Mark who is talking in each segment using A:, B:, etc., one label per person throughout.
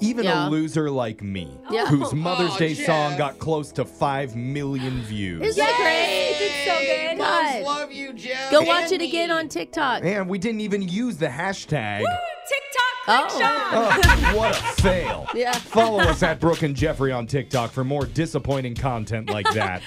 A: Even
B: Yeah.
A: a loser like me,
B: Yeah.
A: whose Mother's
B: Oh,
A: Day
B: Jeff.
A: song got close to 5 million views.
B: Isn't that great? It's so good.
C: Moms
B: love
C: you, Jeff.
B: Go watch it again on TikTok.
A: And we didn't even use the hashtag.
B: Oh.
A: Oh, what a fail.
B: Yeah.
A: Follow us at Brooke and Jeffrey on TikTok for more disappointing content like that.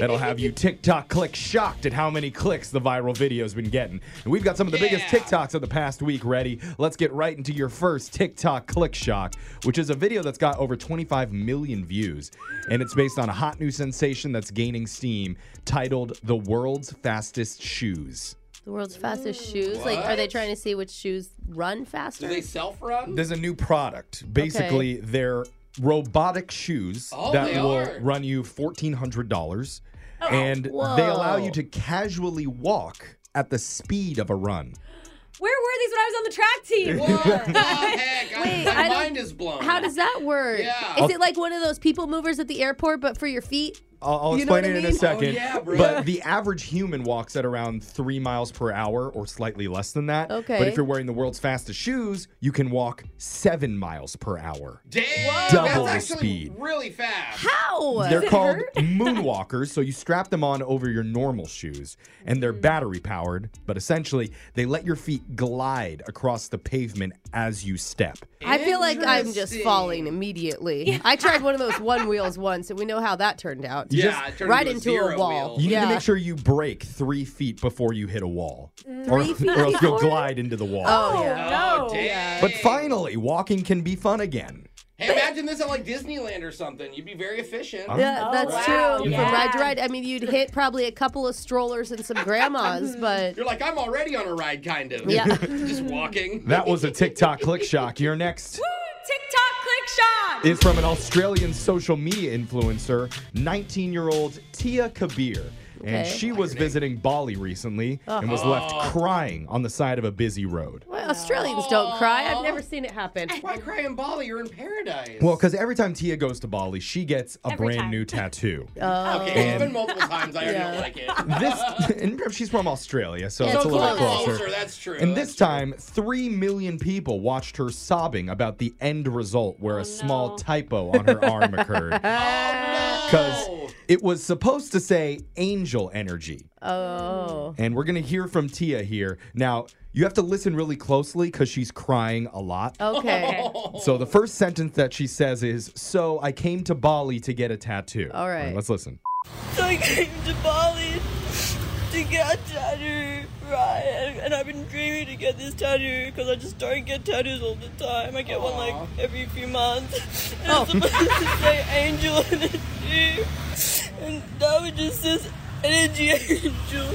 A: That'll have you TikTok click shocked at how many clicks the viral video's been getting. And we've got some of the biggest TikToks of the past week ready. Let's get right into your first TikTok click shock, which is a video that's got over 25 million views. And it's based on a hot new sensation that's gaining steam titled The World's Fastest Shoes.
B: The world's fastest shoes. Like, are they trying to see which shoes run faster?
C: Do they self run?
A: There's a new product. Basically, they're robotic shoes
C: Oh,
A: that
C: they
A: will
C: are. Oh,
A: run you $1,400. and they allow you to casually walk at the speed of a run.
D: Where were these when I was on the track team?
B: Wait,
C: My
B: I don't-
C: mind is blown.
B: How does that work?
C: Yeah.
B: Is it like one of those people movers at the airport, but for your feet?
A: I'll, I'll
B: You know
A: explain
B: what I
A: it in a
B: mean?
A: second.
C: Oh, yeah, bro.
A: but the average human walks at around three miles per hour or slightly less than that. But
B: Okay.
A: if you're wearing the world's fastest shoes, you can walk seven miles per hour.
C: Damn,
A: Double the
C: that's actually
A: speed.
C: Really fast.
B: How?
A: They're called moonwalkers, so you strap them on over your normal shoes, and
B: Hmm.
A: they're battery powered, but essentially they let your feet glide across the pavement as you step.
B: I feel like I'm just falling immediately. I tried one of those one wheels once, and we know how that turned out.
C: Yeah,
A: just-
C: it turned
B: right
C: a
B: into a
C: zero
B: wall.
C: wheel.
A: You need to
B: Yeah.
A: make sure you break three feet before you hit a wall, or,
B: Three feet
A: or else you'll
B: before?
A: glide into the wall.
B: Oh, yeah.
C: Oh, damn.
A: But finally, walking can be fun again.
C: Hey, imagine this at like Disneyland or something. You'd be very efficient.
B: Yeah, that's
C: wow.
B: true.
A: Yeah.
B: From ride to ride, I mean, you'd hit probably a couple of strollers and some grandmas, but
C: You're like, I'm already on a ride, kind of.
B: Yeah.
C: just walking.
A: That was a TikTok click shock. Your next
D: TikTok click shop.
A: is from an Australian social media influencer, 19 year old Tia Kabir. And
B: Okay.
A: she was visiting Bali recently and was left crying on the side of a busy road.
B: well, Australians don't cry. I've never seen it happen.
C: Why cry in Bali? You're in paradise.
A: Well, because every time Tia goes to Bali, she gets a brand
D: time.
A: new tattoo.
B: Oh.
C: okay,
A: and-
C: it's been multiple times. I already don't like it.
A: this, and she's from Australia, so
B: Yeah,
A: it's
B: so
A: a little
B: close.
A: closer.
C: That's true.
A: And
C: that's
A: this time, three million people watched her sobbing about the end result
B: Oh,
A: where a small typo on her arm occurred. Because it was supposed to say angel energy.
B: Oh.
A: And we're going to hear from Tia here. Now, you have to listen really closely because she's crying a lot.
B: Oh. Okay.
A: So the first sentence that she says is So I came to Bali to get a tattoo.
B: All right.
A: Let's listen.
E: So I came to Bali to get a tattoo cry, and, and I've been dreaming to get this tattoo because I just don't get tattoos all the time. I get one like every few months. And
B: Oh.
E: it's supposed to say angel energy, and that one just says energy angel.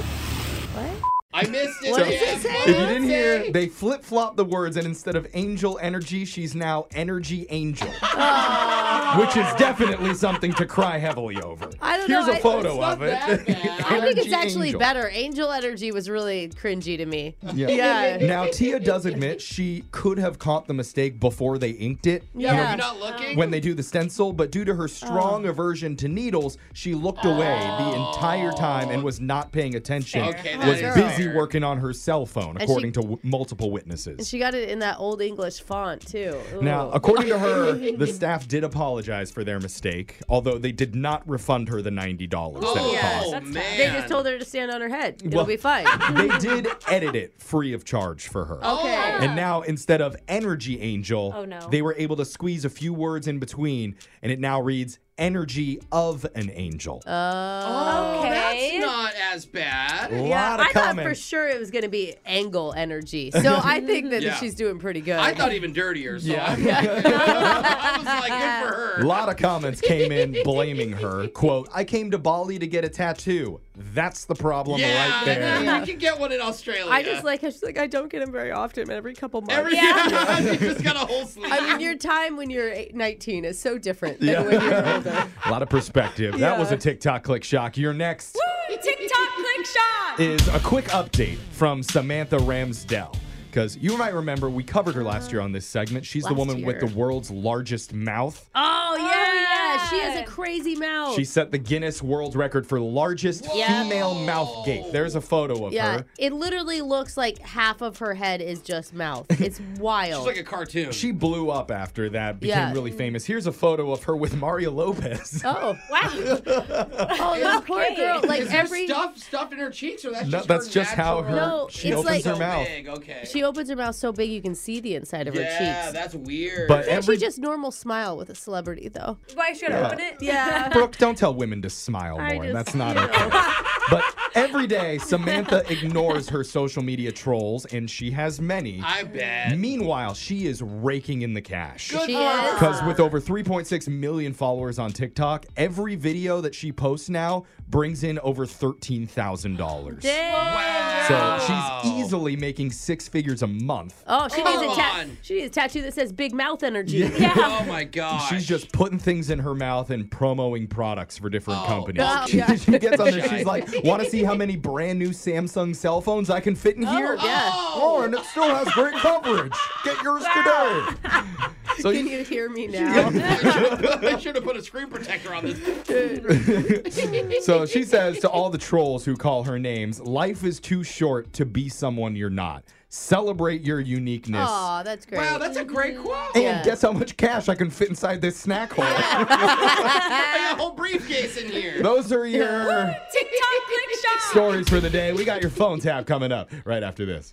E: What?
C: I missed it.
A: So, if you didn't hear, they flip flop the words, and instead of angel energy, she's now energy angel,
C: Ah.
A: which is definitely something to cry heavily over.
B: I don't
A: Here's
B: know,
A: a
B: I- it's
A: photo of it.
B: I think it's
A: Energy
B: actually
A: angel.
B: better. Angel energy was really cringy to me.
A: Yeah. Now Tia does admit she could have caught the mistake before they inked it.
B: Yeah.
C: You're not looking?
A: When they do the stencil, but due to
B: Oh.
A: her strong aversion to needles, she looked away the entire time and was not paying attention.
C: Oh. Okay, that
A: was
C: is
A: busy working on her cell phone,
B: And
A: according
B: she-
A: to w- multiple witnesses.
B: and she got it in that old English font too. Ooh.
A: Now, according to her, the staff did apologize for their mistake, although they did not refund her the ninety dollars that it
B: Yeah,
A: cost.
B: that's fine. Oh, They just told her to stand on her head. It'll
A: Well,
B: be fine.
A: They did edit it free of charge for her.
B: Okay.
A: And now instead of energy angel,
B: Oh, no.
A: they were able to squeeze a few words in between, and it now reads energy of an angel.
B: Oh,
C: Okay. that's not as bad.
A: Lot
B: yeah,
A: of
B: I thought for
A: comments.
B: sure it was going to be angle energy. So I think that
C: Yeah.
B: she's doing pretty good.
C: I thought even dirtier. So
A: Yeah.
C: I'm like, I was like, good for her.
A: A lot of comments came in blaming her. Quote, I came to Bali to get a tattoo. That's the problem
C: yeah,
A: right there.
C: you can get one in Australia.
B: I just like how she's like, I don't get them very often, every couple months.
C: Every- yeah, you just got a whole sleeve.
B: I mean, your time when you're eight- 19 is so different than when you're
A: Yeah.
B: older.
A: a lot of perspective. That was a TikTok click shock. Your next
D: Woo! TikTok click shot.
A: is a quick update from Samantha Ramsdell. Because you might remember we covered her last year on this segment. She's the
B: Last
A: woman with
B: year.
A: the world's largest mouth.
B: Oh, yeah, yeah. She has a crazy mouth.
A: She set the Guinness World Record for largest
B: Yeah.
A: female mouth gape. There's a photo of
B: yeah,
A: her.
B: it literally looks like half of her head is just mouth. It's wild.
C: cartoon.
A: She blew up after that, became
B: Yeah.
A: really famous. Here's a photo of her with Mario Lopez.
B: Oh wow! oh, this poor
C: Okay.
B: girl. Like
C: Is her
B: every
C: stuff stuffed in her cheeks, or that's
A: No,
C: just
A: that's
C: her
A: just how her-
C: natural-
B: No,
A: she
B: it's
A: opens
B: like-
A: her
B: So
A: mouth.
C: big, okay.
B: she opens her mouth so big you can see the inside of her
C: yeah,
B: cheeks.
C: that's weird.
A: But
B: It's
A: every-
B: actually just normal smile with a celebrity though.
D: Why should
A: Yeah.
D: I open it?
B: Yeah.
A: Brooke, don't tell women to smile
B: I
A: more.
B: just-
A: That's not okay. but every day, Samantha ignores her social media trolls, and she has many.
C: I bet.
A: Meanwhile, she is raking in the cash.
C: Good She for is. her.
A: Because with over 3.6 million followers on TikTok, every video that she posts now brings in over $13,000. So she's easily making six figures a month.
B: Oh, she needs a
C: Come
B: ta-
C: on.
B: she needs a tattoo that says "Big Mouth Energy."
C: Oh my god.
A: She's just putting things in her mouth and promoting products for different companies.
C: Oh,
A: She,
C: yeah.
A: she gets on there.
C: Shy.
A: She's like, "Want to see how many brand new Samsung cell phones I can fit in here?"
B: yeah.
A: Oh, and it still has great coverage. Get yours today. So
B: Can
A: you,
B: you hear me now?
C: I should have put a screen protector on this.
A: so she says to all the trolls who call her names, "Life is too short to be someone you're not. Celebrate your uniqueness."
B: Aw, that's great.
C: Wow, that's a great
D: Mm-hmm.
C: quote.
A: And guess how much cash I can fit inside this snack hole?
C: I got a whole briefcase in here.
A: Those are your
D: TikTok click shot.
A: stories for the day. We got your phone tap coming up right after this.